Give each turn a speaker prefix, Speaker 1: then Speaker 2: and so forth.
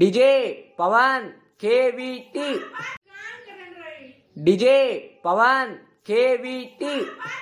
Speaker 1: DJ Pawan K V T DJ Pawan K V T